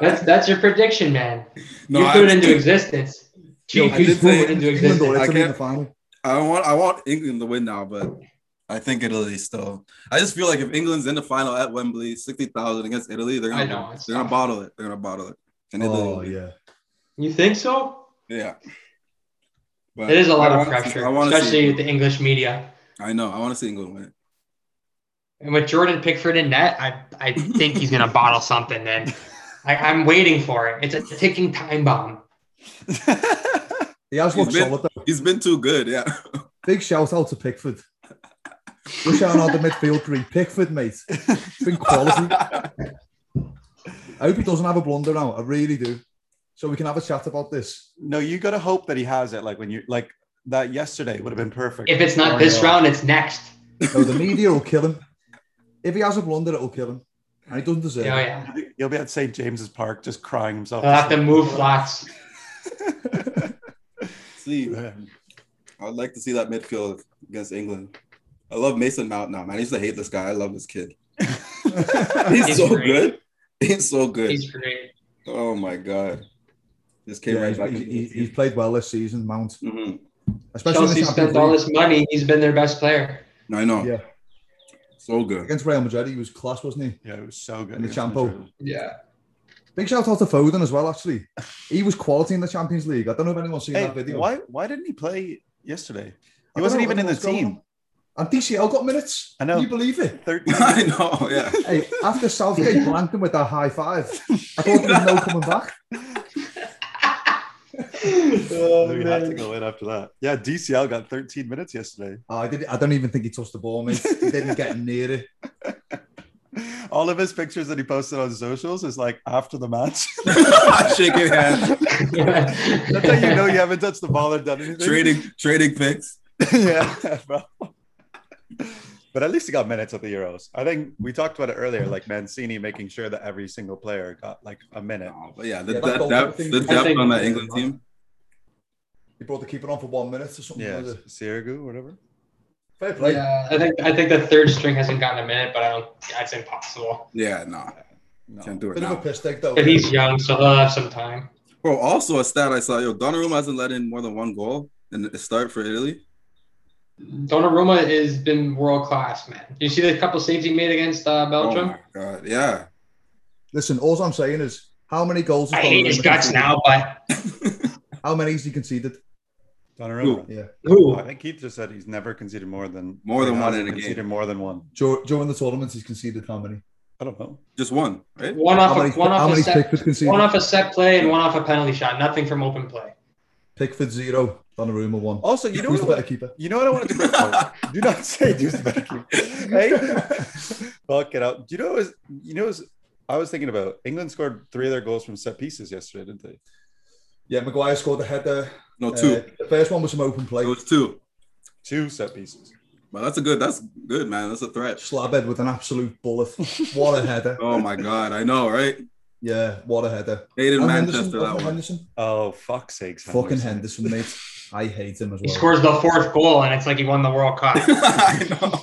[SPEAKER 4] That's that's your prediction, man.
[SPEAKER 1] No,
[SPEAKER 4] you
[SPEAKER 1] I,
[SPEAKER 4] threw it into existence. Chief,
[SPEAKER 1] I
[SPEAKER 4] you
[SPEAKER 1] did
[SPEAKER 4] threw
[SPEAKER 1] say-
[SPEAKER 4] it into
[SPEAKER 3] England
[SPEAKER 4] existence.
[SPEAKER 3] or
[SPEAKER 1] I
[SPEAKER 3] Italy in
[SPEAKER 1] can't-
[SPEAKER 3] the final.
[SPEAKER 1] I want I want England to win now, but I think Italy still. I just feel like if England's in the final at Wembley, sixty thousand against Italy, they're gonna
[SPEAKER 4] I know, it's
[SPEAKER 1] they're gonna
[SPEAKER 4] tough.
[SPEAKER 1] bottle it. They're gonna bottle it. And Italy
[SPEAKER 3] Oh
[SPEAKER 1] will be-
[SPEAKER 3] yeah.
[SPEAKER 4] You think so?
[SPEAKER 1] yeah. But
[SPEAKER 4] It is a lot
[SPEAKER 1] Uh, I
[SPEAKER 4] of
[SPEAKER 1] wanna see-
[SPEAKER 4] pressure,
[SPEAKER 1] I want to
[SPEAKER 4] especially
[SPEAKER 1] see.
[SPEAKER 4] with the English media.
[SPEAKER 1] I know. I want to see England win it.
[SPEAKER 4] And with Jordan Pickford in net, I, I think he's gonna bottle something. Then I, I'm waiting for it. It's a ticking time bomb.
[SPEAKER 3] He has
[SPEAKER 1] He's
[SPEAKER 3] looked
[SPEAKER 1] been-
[SPEAKER 3] solid though.
[SPEAKER 1] He's been too good. Yeah.
[SPEAKER 3] Big shout out to Pickford. We're shouting out the midfield three. Pickford, mate. It's been quality. I hope he doesn't have a blunder now. I really do. So we can have a chat about this.
[SPEAKER 2] no, you gotta hope that he has it. Like when you like that yesterday would have been perfect.
[SPEAKER 4] If it's not
[SPEAKER 3] Oh,
[SPEAKER 4] this
[SPEAKER 3] yeah.
[SPEAKER 4] round, it's next.
[SPEAKER 3] No, the media will kill him. If he has a blunder, it'll kill him. And he doesn't
[SPEAKER 4] Oh
[SPEAKER 3] deserve it.
[SPEAKER 4] yeah,
[SPEAKER 2] He'll be at St. James's Park just crying himself.
[SPEAKER 4] they'll have to
[SPEAKER 2] sleep.
[SPEAKER 4] move lots.
[SPEAKER 1] see, I'd like to see that midfield against England. I love Mason Mount now, man. I used to hate this guy. I love this kid. He's,
[SPEAKER 4] He's
[SPEAKER 1] so
[SPEAKER 4] great.
[SPEAKER 1] good. He's so good.
[SPEAKER 4] He's great.
[SPEAKER 1] oh my god. Just came
[SPEAKER 3] Yeah,
[SPEAKER 1] right
[SPEAKER 3] he's,
[SPEAKER 1] back.
[SPEAKER 3] he's- he's- he's played well this season, Mount.
[SPEAKER 1] Mhm.
[SPEAKER 3] Especially in
[SPEAKER 4] Chelsea
[SPEAKER 3] the
[SPEAKER 4] spent
[SPEAKER 3] Champions
[SPEAKER 4] all
[SPEAKER 3] League.
[SPEAKER 4] this money. He's been their best player.
[SPEAKER 1] I know.
[SPEAKER 3] Yeah.
[SPEAKER 1] So good.
[SPEAKER 3] Against Real Madrid, he was class, wasn't he?
[SPEAKER 2] yeah, it was so good.
[SPEAKER 3] And the
[SPEAKER 2] against
[SPEAKER 3] Champo.
[SPEAKER 2] Madrid.
[SPEAKER 4] Yeah.
[SPEAKER 3] Big shout out to Foden as well, actually. He was quality in the Champions League. I don't know if anyone's seen
[SPEAKER 2] Hey,
[SPEAKER 3] that video.
[SPEAKER 2] why why didn't he play yesterday?
[SPEAKER 3] I
[SPEAKER 2] He
[SPEAKER 3] don't
[SPEAKER 2] wasn't
[SPEAKER 3] know
[SPEAKER 2] even in the
[SPEAKER 3] what's going
[SPEAKER 2] team.
[SPEAKER 3] on. And DCL got minutes.
[SPEAKER 2] I know.
[SPEAKER 3] Can you believe it?
[SPEAKER 2] Thirteen.
[SPEAKER 1] I know. Yeah.
[SPEAKER 3] Hey, after Southgate blanked him with that high five, I thought there was no coming back.
[SPEAKER 4] oh,
[SPEAKER 2] we had to go in after that. Yeah, DCL got 13 minutes yesterday.
[SPEAKER 3] Oh, I did. I don't even think he touched the ball, mate. He didn't get near it.
[SPEAKER 2] All of his pictures that he posted on socials is like after the match.
[SPEAKER 1] Shaking hands,
[SPEAKER 2] That's how you know you haven't touched the ball or done anything.
[SPEAKER 1] trading, trading picks.
[SPEAKER 2] yeah, bro. But at least he got minutes at the Euros. I think we talked about it earlier, like Mancini making sure that every single player got like a minute.
[SPEAKER 1] Oh, but yeah, the,
[SPEAKER 3] Yeah, that
[SPEAKER 1] that
[SPEAKER 3] goal
[SPEAKER 1] depth,
[SPEAKER 3] thing-
[SPEAKER 1] the
[SPEAKER 3] I
[SPEAKER 1] depth
[SPEAKER 4] think-
[SPEAKER 1] on that England team.
[SPEAKER 3] He brought the keeper on for one minute or something.
[SPEAKER 2] Yeah,
[SPEAKER 3] like that.
[SPEAKER 2] Sirigu, whatever.
[SPEAKER 3] fair play.
[SPEAKER 4] Yeah, I think I think the third string hasn't gotten a minute, but I don't. It's impossible.
[SPEAKER 1] Yeah, no,
[SPEAKER 2] No.
[SPEAKER 1] can't do it
[SPEAKER 3] Bit of a
[SPEAKER 1] now.
[SPEAKER 3] piss take though.
[SPEAKER 4] But he's young, so he'll have some time.
[SPEAKER 1] Bro, also a stat I saw. Yo, Donnarumma hasn't let in more than one goal in the start for Italy.
[SPEAKER 4] Donnarumma has been world class, man. You see the couple saves he made against uh,
[SPEAKER 1] Oh
[SPEAKER 4] Belgium.
[SPEAKER 1] my god, yeah.
[SPEAKER 3] Listen, all I'm saying is, how many goals?
[SPEAKER 4] I
[SPEAKER 3] has
[SPEAKER 4] hate
[SPEAKER 3] Donnarumma
[SPEAKER 4] his guts
[SPEAKER 3] conceded?
[SPEAKER 4] now, but
[SPEAKER 3] How many has he conceded?
[SPEAKER 2] Donnarumma.
[SPEAKER 3] Yeah,
[SPEAKER 4] who?
[SPEAKER 2] I think Keith just said he's never conceded more than
[SPEAKER 1] More than
[SPEAKER 2] he
[SPEAKER 1] one
[SPEAKER 2] hasn't
[SPEAKER 1] in a game.
[SPEAKER 2] Conceded more than one.
[SPEAKER 3] Dur- during the tournament, he's conceded how many?
[SPEAKER 2] I don't know.
[SPEAKER 1] Just one, right?
[SPEAKER 4] One
[SPEAKER 3] How
[SPEAKER 4] off,
[SPEAKER 3] many?
[SPEAKER 4] a, one
[SPEAKER 3] how
[SPEAKER 4] off a
[SPEAKER 3] many
[SPEAKER 4] set,
[SPEAKER 3] Pickford conceded?
[SPEAKER 4] one off a set play, and one off a penalty shot. Nothing from open play.
[SPEAKER 3] Pickford zero, Donnarumma one.
[SPEAKER 4] Oh,
[SPEAKER 2] Also, you know
[SPEAKER 3] Who's the
[SPEAKER 2] what?
[SPEAKER 3] better keeper?
[SPEAKER 2] You know what I wanted to bring up? Do not say who's the better keeper. Hey, fuck it up. Do you know what was, you know what was, I was thinking about England scored three of their goals from set pieces yesterday, didn't they?
[SPEAKER 3] Yeah, Maguire scored the header.
[SPEAKER 1] No,
[SPEAKER 3] Uh,
[SPEAKER 1] Oh, two.
[SPEAKER 3] the first one was some open play.
[SPEAKER 1] it was two.
[SPEAKER 2] Two set pieces.
[SPEAKER 1] But that's a good. That's good, man. That's a threat.
[SPEAKER 3] Slabhead with an absolute bullet. what a header!
[SPEAKER 1] Oh my god, I know, right?
[SPEAKER 3] Yeah, what a header.
[SPEAKER 1] Hated
[SPEAKER 3] And
[SPEAKER 1] Manchester
[SPEAKER 3] Henderson,
[SPEAKER 1] that
[SPEAKER 3] wasn't it
[SPEAKER 1] one.
[SPEAKER 3] Henderson?
[SPEAKER 2] Oh fuck's sakes.
[SPEAKER 3] Fucking Henderson, mate. I hate him as
[SPEAKER 4] He
[SPEAKER 3] well.
[SPEAKER 4] scores the fourth goal, and it's like he won the World Cup.
[SPEAKER 1] Oh, I know.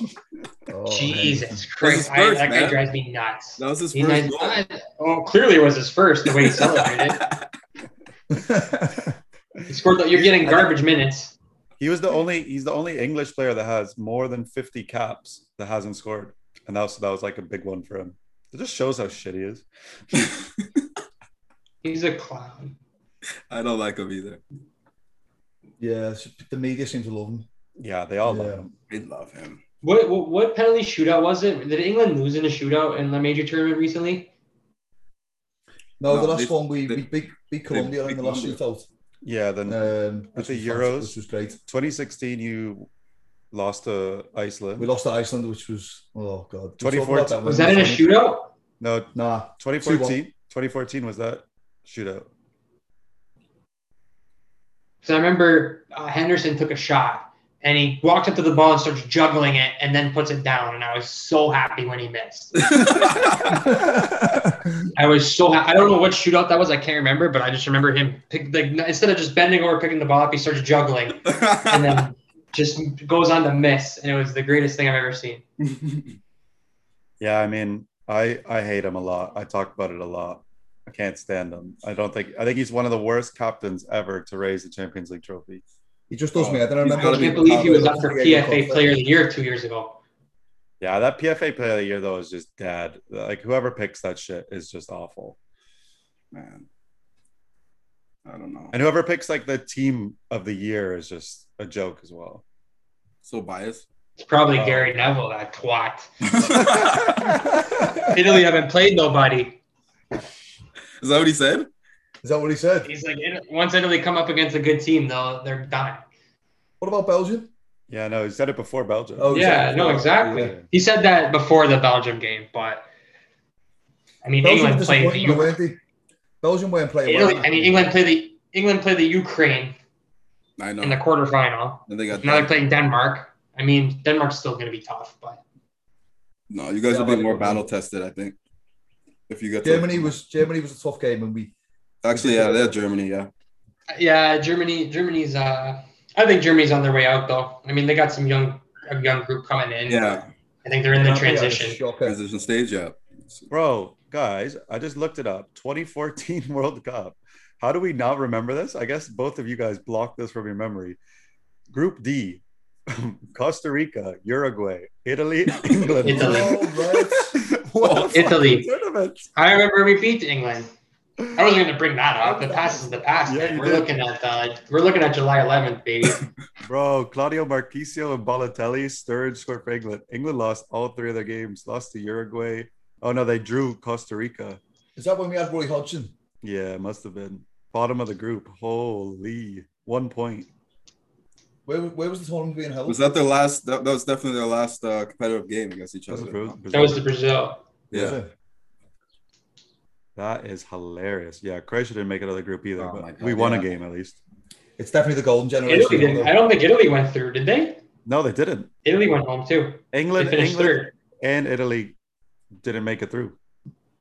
[SPEAKER 3] Oh,
[SPEAKER 4] Jesus
[SPEAKER 3] Henderson.
[SPEAKER 4] Christ,
[SPEAKER 1] his
[SPEAKER 4] I,
[SPEAKER 1] first,
[SPEAKER 4] that guy
[SPEAKER 1] man.
[SPEAKER 4] drives me nuts.
[SPEAKER 1] That was his
[SPEAKER 4] He
[SPEAKER 1] first
[SPEAKER 4] knows-
[SPEAKER 1] goal.
[SPEAKER 4] I- oh, clearly it was his first. The way he celebrated. He scored. the- You're getting garbage minutes.
[SPEAKER 2] He was the only he's the only English player that has more than 50 caps that hasn't scored. And that was that was like a big one for him. It just shows how shit he is.
[SPEAKER 4] He's a clown.
[SPEAKER 1] I don't like him either.
[SPEAKER 3] Yeah, it's- the media seems to love him.
[SPEAKER 2] Yeah, they all love
[SPEAKER 3] Yeah.
[SPEAKER 2] him.
[SPEAKER 1] I love him.
[SPEAKER 4] What, what what penalty shootout was it? Did England lose in a shootout in the major tournament recently?
[SPEAKER 3] No,
[SPEAKER 1] No,
[SPEAKER 3] the last
[SPEAKER 1] they-
[SPEAKER 3] one we,
[SPEAKER 1] they-
[SPEAKER 3] we beat, beat Colombia
[SPEAKER 1] beat
[SPEAKER 3] in the last
[SPEAKER 1] Colombia.
[SPEAKER 3] shootout.
[SPEAKER 2] Yeah, then
[SPEAKER 3] Um,
[SPEAKER 2] At
[SPEAKER 3] which
[SPEAKER 2] the
[SPEAKER 3] was
[SPEAKER 2] Euros.
[SPEAKER 3] fantastic, which was great.
[SPEAKER 2] 2016 you lost to Iceland.
[SPEAKER 3] We lost to Iceland, which was oh god.
[SPEAKER 2] 24
[SPEAKER 4] Was that in a shootout?
[SPEAKER 2] no,
[SPEAKER 3] Nah,
[SPEAKER 2] 2014. 2014 was that shootout.
[SPEAKER 4] Because I remember uh, Henderson took a shot and he walked up to the ball and starts juggling it and then puts it down. And I was so happy when he missed. I was so ha- I don't know what shootout that was. I can't remember, but I just remember him pick, like instead of just bending over picking the ball up, he starts juggling and then just goes on to miss. And it was the greatest thing I've ever seen.
[SPEAKER 2] Yeah, I mean, I I hate him a lot. I talk about it a lot. I can't stand him. I don't think I think he's one of the worst captains ever to raise the Champions League trophy.
[SPEAKER 3] he just does
[SPEAKER 1] Oh,
[SPEAKER 3] me. I don't
[SPEAKER 1] he's
[SPEAKER 3] remember.
[SPEAKER 1] gotta
[SPEAKER 4] I
[SPEAKER 1] be
[SPEAKER 4] can't believe he was up for
[SPEAKER 3] Yeah,
[SPEAKER 4] PFA
[SPEAKER 3] yeah.
[SPEAKER 4] Player of the Year two years ago.
[SPEAKER 2] Yeah, that PFA player of the year though is just dad. Like whoever picks that shit is just awful.
[SPEAKER 1] Man, I don't know.
[SPEAKER 2] And whoever picks like the team of the year is just a joke as well.
[SPEAKER 1] So biased.
[SPEAKER 4] It's probably
[SPEAKER 2] Oh.
[SPEAKER 1] Uh,
[SPEAKER 4] Gary Neville, that twat. Italy haven't played nobody.
[SPEAKER 1] Is that what he said?
[SPEAKER 3] Is that what he said?
[SPEAKER 4] He's like, "It- once Italy come up against a good team, though, they're done.
[SPEAKER 3] What about Belgium?
[SPEAKER 2] Yeah, no, he said it before Belgium.
[SPEAKER 3] Oh,
[SPEAKER 4] yeah,
[SPEAKER 3] exactly.
[SPEAKER 4] no, exactly.
[SPEAKER 3] Yeah.
[SPEAKER 4] He said that before the Belgium game, but I mean,
[SPEAKER 3] Belgium
[SPEAKER 4] England
[SPEAKER 3] were
[SPEAKER 4] played the
[SPEAKER 3] disappointing,
[SPEAKER 4] Ukraine.
[SPEAKER 3] weren't they? Belgium weren't playing.
[SPEAKER 4] Italy,
[SPEAKER 3] well.
[SPEAKER 4] I mean, England played the England played the Ukraine
[SPEAKER 1] I know.
[SPEAKER 4] in the quarterfinal.
[SPEAKER 1] and they got
[SPEAKER 4] Now they're playing Denmark. I mean, Denmark's still going to be tough, but
[SPEAKER 1] No, you guys
[SPEAKER 3] Yeah,
[SPEAKER 1] will be
[SPEAKER 3] but-
[SPEAKER 1] more battle tested, I think. If you get to-
[SPEAKER 3] Germany was Germany was a tough game, and we
[SPEAKER 1] actually, yeah, they're Germany, yeah.
[SPEAKER 4] yeah, Germany. Germany's. Uh, I think Germany's on their way out, though. I mean, they got some young, a young group coming in.
[SPEAKER 1] Yeah,
[SPEAKER 4] I think they're in the
[SPEAKER 3] Germany had a
[SPEAKER 4] transition.
[SPEAKER 3] shocker.
[SPEAKER 1] transition stage, yeah.
[SPEAKER 2] Bro, guys, I just looked it up. 2014 World Cup. How do we not remember this? I guess both of you guys blocked this from your memory. Group D, Costa Rica, Uruguay, Italy, England.
[SPEAKER 4] Italy. Oh,
[SPEAKER 2] What the
[SPEAKER 4] Italy.
[SPEAKER 2] fucking tournament?
[SPEAKER 4] I remember we beat England. I wasn't going to bring that up. The past is the past.
[SPEAKER 2] Yeah, you
[SPEAKER 4] we're
[SPEAKER 2] did.
[SPEAKER 4] looking at uh, we're looking at July 11th, baby.
[SPEAKER 2] Bro, Claudio Marchisio and Balotelli, Sturridge scored for England. England lost all three of their games. Lost to Uruguay. Oh no, they drew Costa Rica.
[SPEAKER 3] Is that when we had Roy Hodgson?
[SPEAKER 2] Yeah, it must have been bottom of the group. Holy, one point.
[SPEAKER 3] Where, where was the tournament being held?
[SPEAKER 1] Was that their last? That, that was definitely their last uh, competitive game against each
[SPEAKER 2] That was
[SPEAKER 1] other.
[SPEAKER 2] Bra-
[SPEAKER 4] that was the Brazil.
[SPEAKER 3] Was
[SPEAKER 1] Yeah,
[SPEAKER 3] it?
[SPEAKER 2] That is hilarious. Yeah, Croatia didn't make another group either,
[SPEAKER 1] Oh my
[SPEAKER 2] but
[SPEAKER 1] God,
[SPEAKER 2] we won
[SPEAKER 1] yeah.
[SPEAKER 2] a game at least.
[SPEAKER 3] It's definitely the golden
[SPEAKER 4] Italy
[SPEAKER 3] generation.
[SPEAKER 4] didn't. I
[SPEAKER 3] although-
[SPEAKER 4] don't think Italy went through, did they?
[SPEAKER 2] No, they didn't.
[SPEAKER 4] Italy went home too. They
[SPEAKER 2] England,
[SPEAKER 4] finished
[SPEAKER 2] England,
[SPEAKER 4] third.
[SPEAKER 2] and Italy didn't make it through.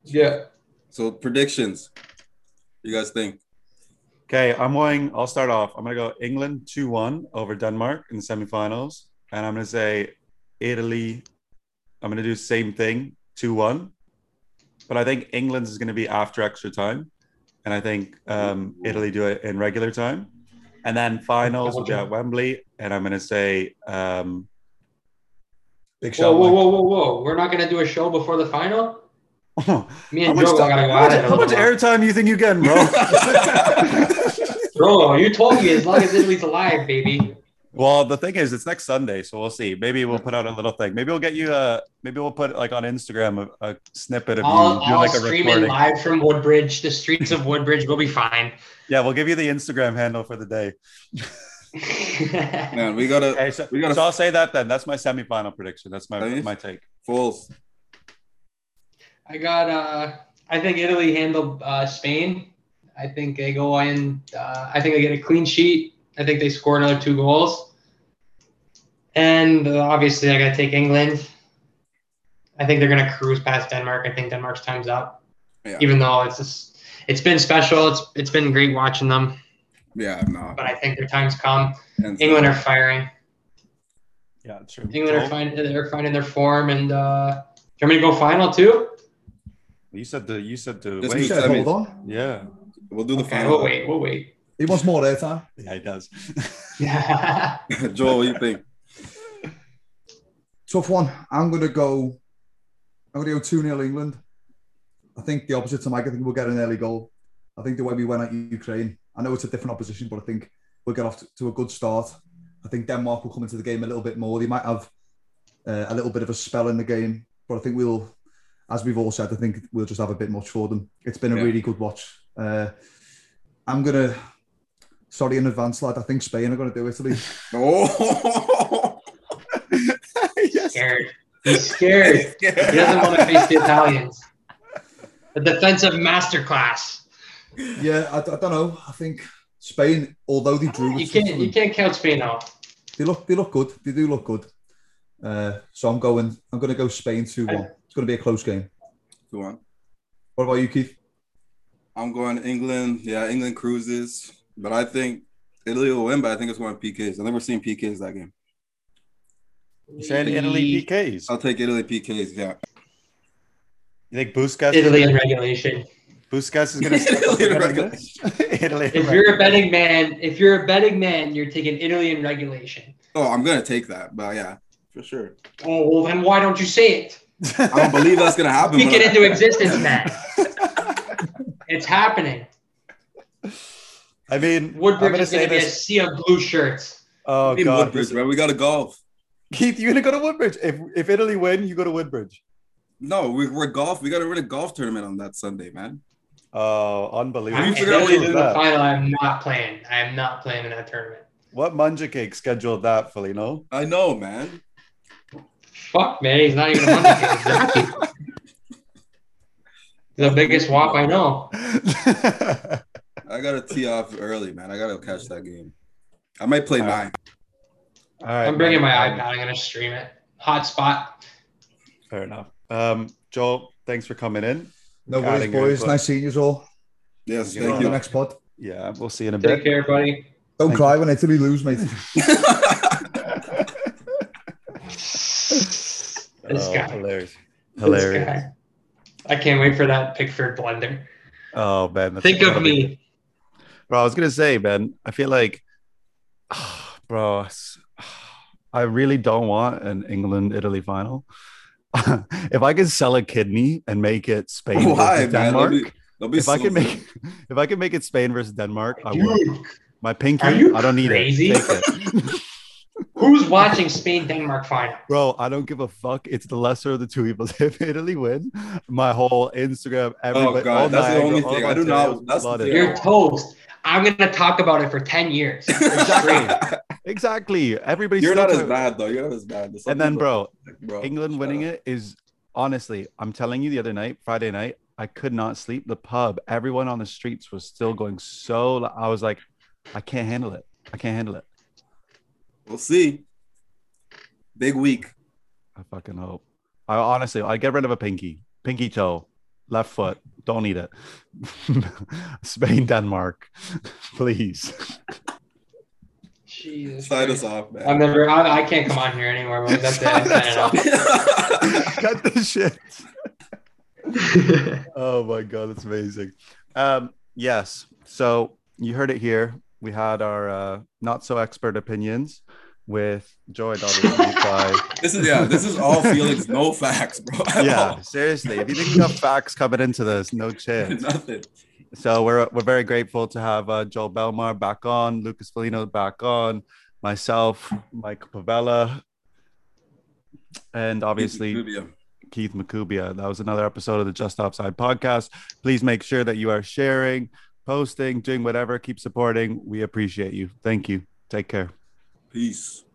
[SPEAKER 4] Yeah.
[SPEAKER 1] So predictions. You guys think?
[SPEAKER 2] Okay, I'm going. I'll start off. I'm gonna go England two one over Denmark in the semifinals, and I'm gonna say Italy. I'm gonna do same thing two one, but I think England's is gonna be after extra time, and I think um, Italy do it in regular time, and then finals will be at Wembley, and I'm gonna say um,
[SPEAKER 3] Big shout.
[SPEAKER 4] Whoa, whoa,
[SPEAKER 3] Mike.
[SPEAKER 4] whoa, whoa, whoa! We're not going to do a show before the final. Me
[SPEAKER 2] How
[SPEAKER 4] and
[SPEAKER 2] much,
[SPEAKER 4] Joe
[SPEAKER 2] time-
[SPEAKER 4] got to go
[SPEAKER 2] how
[SPEAKER 4] out
[SPEAKER 2] much,
[SPEAKER 4] it. a
[SPEAKER 2] how much
[SPEAKER 4] little more.
[SPEAKER 2] airtime you think you getting, bro?
[SPEAKER 4] Bro, you told me as long as Italy's alive, baby.
[SPEAKER 2] well, the thing is, it's next Sunday, so we'll see. Maybe we'll put out a little thing. Maybe we'll get you a. Maybe we'll put like on Instagram a, a snippet of
[SPEAKER 4] I'll,
[SPEAKER 2] you. do,
[SPEAKER 4] I'll
[SPEAKER 2] like, a
[SPEAKER 4] stream it
[SPEAKER 2] recording.
[SPEAKER 4] live from Woodbridge. The streets of Woodbridge will be fine.
[SPEAKER 2] Yeah, we'll give you the Instagram handle for the day.
[SPEAKER 1] Man, we gotta
[SPEAKER 2] Okay, so,
[SPEAKER 1] We gotta-
[SPEAKER 2] so I'll say that then. That's my semifinal prediction. That's my
[SPEAKER 1] Nice.
[SPEAKER 2] my take.
[SPEAKER 1] false.
[SPEAKER 4] I got. Uh, I think Italy handled uh, Spain. I think they go in. Uh, I think they get a clean sheet. I think they score another two goals. And uh, obviously, I got to take England. I think they're going to cruise past Denmark. I think Denmark's time's up.
[SPEAKER 1] Yeah.
[SPEAKER 4] Even though it's just, it's been special. It's it's been great watching them.
[SPEAKER 1] Yeah, no.
[SPEAKER 4] But I think their time's come.
[SPEAKER 1] And-
[SPEAKER 4] England are firing.
[SPEAKER 2] Yeah, true.
[SPEAKER 4] England
[SPEAKER 1] Oh.
[SPEAKER 2] Joel,
[SPEAKER 4] are finding they're finding their form, and uh, Germany go final too.
[SPEAKER 2] You said the you said the
[SPEAKER 1] Just
[SPEAKER 3] You
[SPEAKER 2] wait.
[SPEAKER 1] me.
[SPEAKER 3] said, hold on.
[SPEAKER 2] Yeah.
[SPEAKER 1] We'll do the
[SPEAKER 4] Okay,
[SPEAKER 1] final.
[SPEAKER 4] we'll wait. We'll wait.
[SPEAKER 3] He wants more airtime.
[SPEAKER 2] Yeah, he does.
[SPEAKER 4] Yeah.
[SPEAKER 1] Joel, what do you think?
[SPEAKER 3] Tough one. I'm gonna go. I'm gonna go two 0 England. I think the opposite to Mike. I think we'll get an early goal. I think the way we went at Ukraine. I know it's a different opposition, but I think we'll get off to, to a good start. I think Denmark will come into the game a little bit more. They might have uh, a little bit of a spell in the game, but I think we'll, as we've all said, I think we'll just have a bit much for them. It's been a
[SPEAKER 1] Yeah.
[SPEAKER 3] really good watch. Uh, I'm gonna. Sorry in advance, lad. I think Spain are going to do Italy.
[SPEAKER 1] Oh, yes.
[SPEAKER 4] scared. He's scared. He doesn't want to face the Italians. A defensive masterclass.
[SPEAKER 3] yeah, I, I don't know. I think Spain, although they drew, with
[SPEAKER 4] You can't you
[SPEAKER 3] Switzerland-
[SPEAKER 4] can't count Spain out.
[SPEAKER 3] They look they look good. They do look good. Uh, so I'm going. I'm going to go Spain two one. It's going to be a close game.
[SPEAKER 1] Go on.
[SPEAKER 3] What about you, Keith?
[SPEAKER 1] I'm going to England. Yeah, England cruises, but I think Italy will win. But I think it's going to PKs. I think we're seeing PKs that game.
[SPEAKER 2] You said Italy PKs.
[SPEAKER 1] I'll take Italy PKs. Yeah,
[SPEAKER 2] You think Busquets?
[SPEAKER 4] Italy in regulation.
[SPEAKER 2] Busquets is going to step up
[SPEAKER 1] Italy in
[SPEAKER 2] again in this? Italy. in
[SPEAKER 4] If
[SPEAKER 2] reg-
[SPEAKER 4] you're a betting man, if you're a betting man, you're taking Italy in regulation.
[SPEAKER 1] Oh, I'm gonna take that, but yeah, for sure.
[SPEAKER 4] Oh well, then why don't you say it?
[SPEAKER 1] I don't believe that's gonna happen.
[SPEAKER 4] Speak
[SPEAKER 1] but
[SPEAKER 4] it
[SPEAKER 1] I-
[SPEAKER 4] into existence, Matt. it's happening.
[SPEAKER 2] I mean, I'm
[SPEAKER 4] Woodbridge
[SPEAKER 2] going to
[SPEAKER 4] is going
[SPEAKER 2] say
[SPEAKER 4] to be a
[SPEAKER 2] this.
[SPEAKER 4] sea of blue shirts.
[SPEAKER 2] Oh
[SPEAKER 1] Maybe
[SPEAKER 2] God,
[SPEAKER 1] Woodbridge, bro. We gotta golf.
[SPEAKER 2] Keith, you're going to go to Woodbridge. If if Italy win, you go to Woodbridge.
[SPEAKER 1] No, we, we're golf. We gotta win a golf tournament on that Sunday, man.
[SPEAKER 2] Oh,
[SPEAKER 1] How do you
[SPEAKER 2] unbelievable!
[SPEAKER 4] And
[SPEAKER 1] figure out
[SPEAKER 4] Italy's
[SPEAKER 1] what
[SPEAKER 4] in
[SPEAKER 1] was
[SPEAKER 4] the
[SPEAKER 2] that?
[SPEAKER 4] final. I'm not playing. I am not playing in that tournament.
[SPEAKER 2] What manja cake scheduled that for? You know,
[SPEAKER 1] I know, man.
[SPEAKER 4] Fuck, man, he's not even a hundred. kid, he's a rookie. the biggest wop I know.
[SPEAKER 1] I gotta tee off early, man. I gotta catch that game. I might play
[SPEAKER 2] All right.
[SPEAKER 1] nine.
[SPEAKER 2] All right,
[SPEAKER 4] I'm bringing my
[SPEAKER 2] man.
[SPEAKER 4] iPad. I'm gonna stream it. Hotspot.
[SPEAKER 2] Fair enough. Um, Joel, thanks for coming in.
[SPEAKER 3] No
[SPEAKER 2] Gotta
[SPEAKER 3] worries,
[SPEAKER 2] go,
[SPEAKER 3] boys.
[SPEAKER 2] but-
[SPEAKER 3] Nice seeing you all.
[SPEAKER 1] Yes,
[SPEAKER 2] You
[SPEAKER 3] See
[SPEAKER 1] thank
[SPEAKER 3] you
[SPEAKER 1] you.
[SPEAKER 3] next pod.
[SPEAKER 2] Yeah, we'll see you in a bit.
[SPEAKER 4] Take care, buddy.
[SPEAKER 3] Don't
[SPEAKER 2] Thank
[SPEAKER 3] cry when Italy lose, mate.
[SPEAKER 4] This
[SPEAKER 2] Oh,
[SPEAKER 4] guy.
[SPEAKER 2] hilarious,
[SPEAKER 4] This
[SPEAKER 2] hilarious.
[SPEAKER 4] guy. I can't wait for that Pickford blender.
[SPEAKER 2] Oh man, that's
[SPEAKER 4] Think of
[SPEAKER 2] incredible.
[SPEAKER 4] me.
[SPEAKER 2] bro. I was gonna say, man. I feel like, bro, it's- I really don't want an England Italy final. if I could sell a kidney and make it Spain
[SPEAKER 1] Why,
[SPEAKER 2] versus
[SPEAKER 1] man?
[SPEAKER 2] Denmark,
[SPEAKER 1] That'd be- That'd be
[SPEAKER 2] if I
[SPEAKER 1] so
[SPEAKER 2] could
[SPEAKER 1] sick.
[SPEAKER 2] make, if I could make it Spain versus Denmark, I would.
[SPEAKER 4] Dude,
[SPEAKER 2] My pinky,
[SPEAKER 4] Are you
[SPEAKER 2] I don't need
[SPEAKER 4] crazy?
[SPEAKER 2] it. Take it.
[SPEAKER 4] who's watching Spain Denmark final?
[SPEAKER 2] Bro, I don't give a fuck. It's the lesser of the two evils. If Italy win, my whole Instagram, everybody,
[SPEAKER 1] Oh god, that's the
[SPEAKER 2] Niagara,
[SPEAKER 1] only
[SPEAKER 2] all
[SPEAKER 1] thing.
[SPEAKER 2] of
[SPEAKER 1] I do
[SPEAKER 2] Ontario's
[SPEAKER 1] not. That's the
[SPEAKER 2] flooded.
[SPEAKER 1] thing.
[SPEAKER 4] You're toast. I'm gonna talk about it for ten years.
[SPEAKER 2] Exactly. exactly. Everybody's
[SPEAKER 1] You're
[SPEAKER 2] still
[SPEAKER 1] not as
[SPEAKER 2] talking-
[SPEAKER 1] bad though. You're not as bad.
[SPEAKER 2] And then, bro,
[SPEAKER 1] bro,
[SPEAKER 2] England winning it is honestly, I'm telling you, the other night, Friday night, I could not sleep. The pub, everyone on the streets was still going so. lo- I was like, I can't handle it. I can't handle it.
[SPEAKER 1] We'll see. Big week.
[SPEAKER 2] I fucking hope. I honestly, I get rid of a pinky, pinky toe, left foot. Don't need it. Spain, Denmark, please.
[SPEAKER 4] Jesus.
[SPEAKER 1] Sign us
[SPEAKER 4] Christ.
[SPEAKER 1] off, man.
[SPEAKER 4] I'm never. I, I can't come on here anymore. Boys. That's it. I'm signing off.
[SPEAKER 2] Cut this shit. Oh my god, that's amazing. Um, yes. So you heard it here. We had our uh, not so expert opinions with Joy. Dobbs- by
[SPEAKER 1] this is yeah. This is all feelings, no facts, bro. at
[SPEAKER 2] yeah,
[SPEAKER 1] all.
[SPEAKER 2] seriously. If you think you got facts coming into this, no chance.
[SPEAKER 1] nothing.
[SPEAKER 2] So we're we're very grateful to have uh, Joel Belmar back on, Lucas Felino back on, myself, Mike Pavella, and obviously
[SPEAKER 1] Rubio.
[SPEAKER 2] Keith Makubia. That was another episode of the Just Offside podcast. Please make sure that you are sharing, posting, doing whatever. Keep supporting. We appreciate you. Thank you. Take care.
[SPEAKER 1] peace.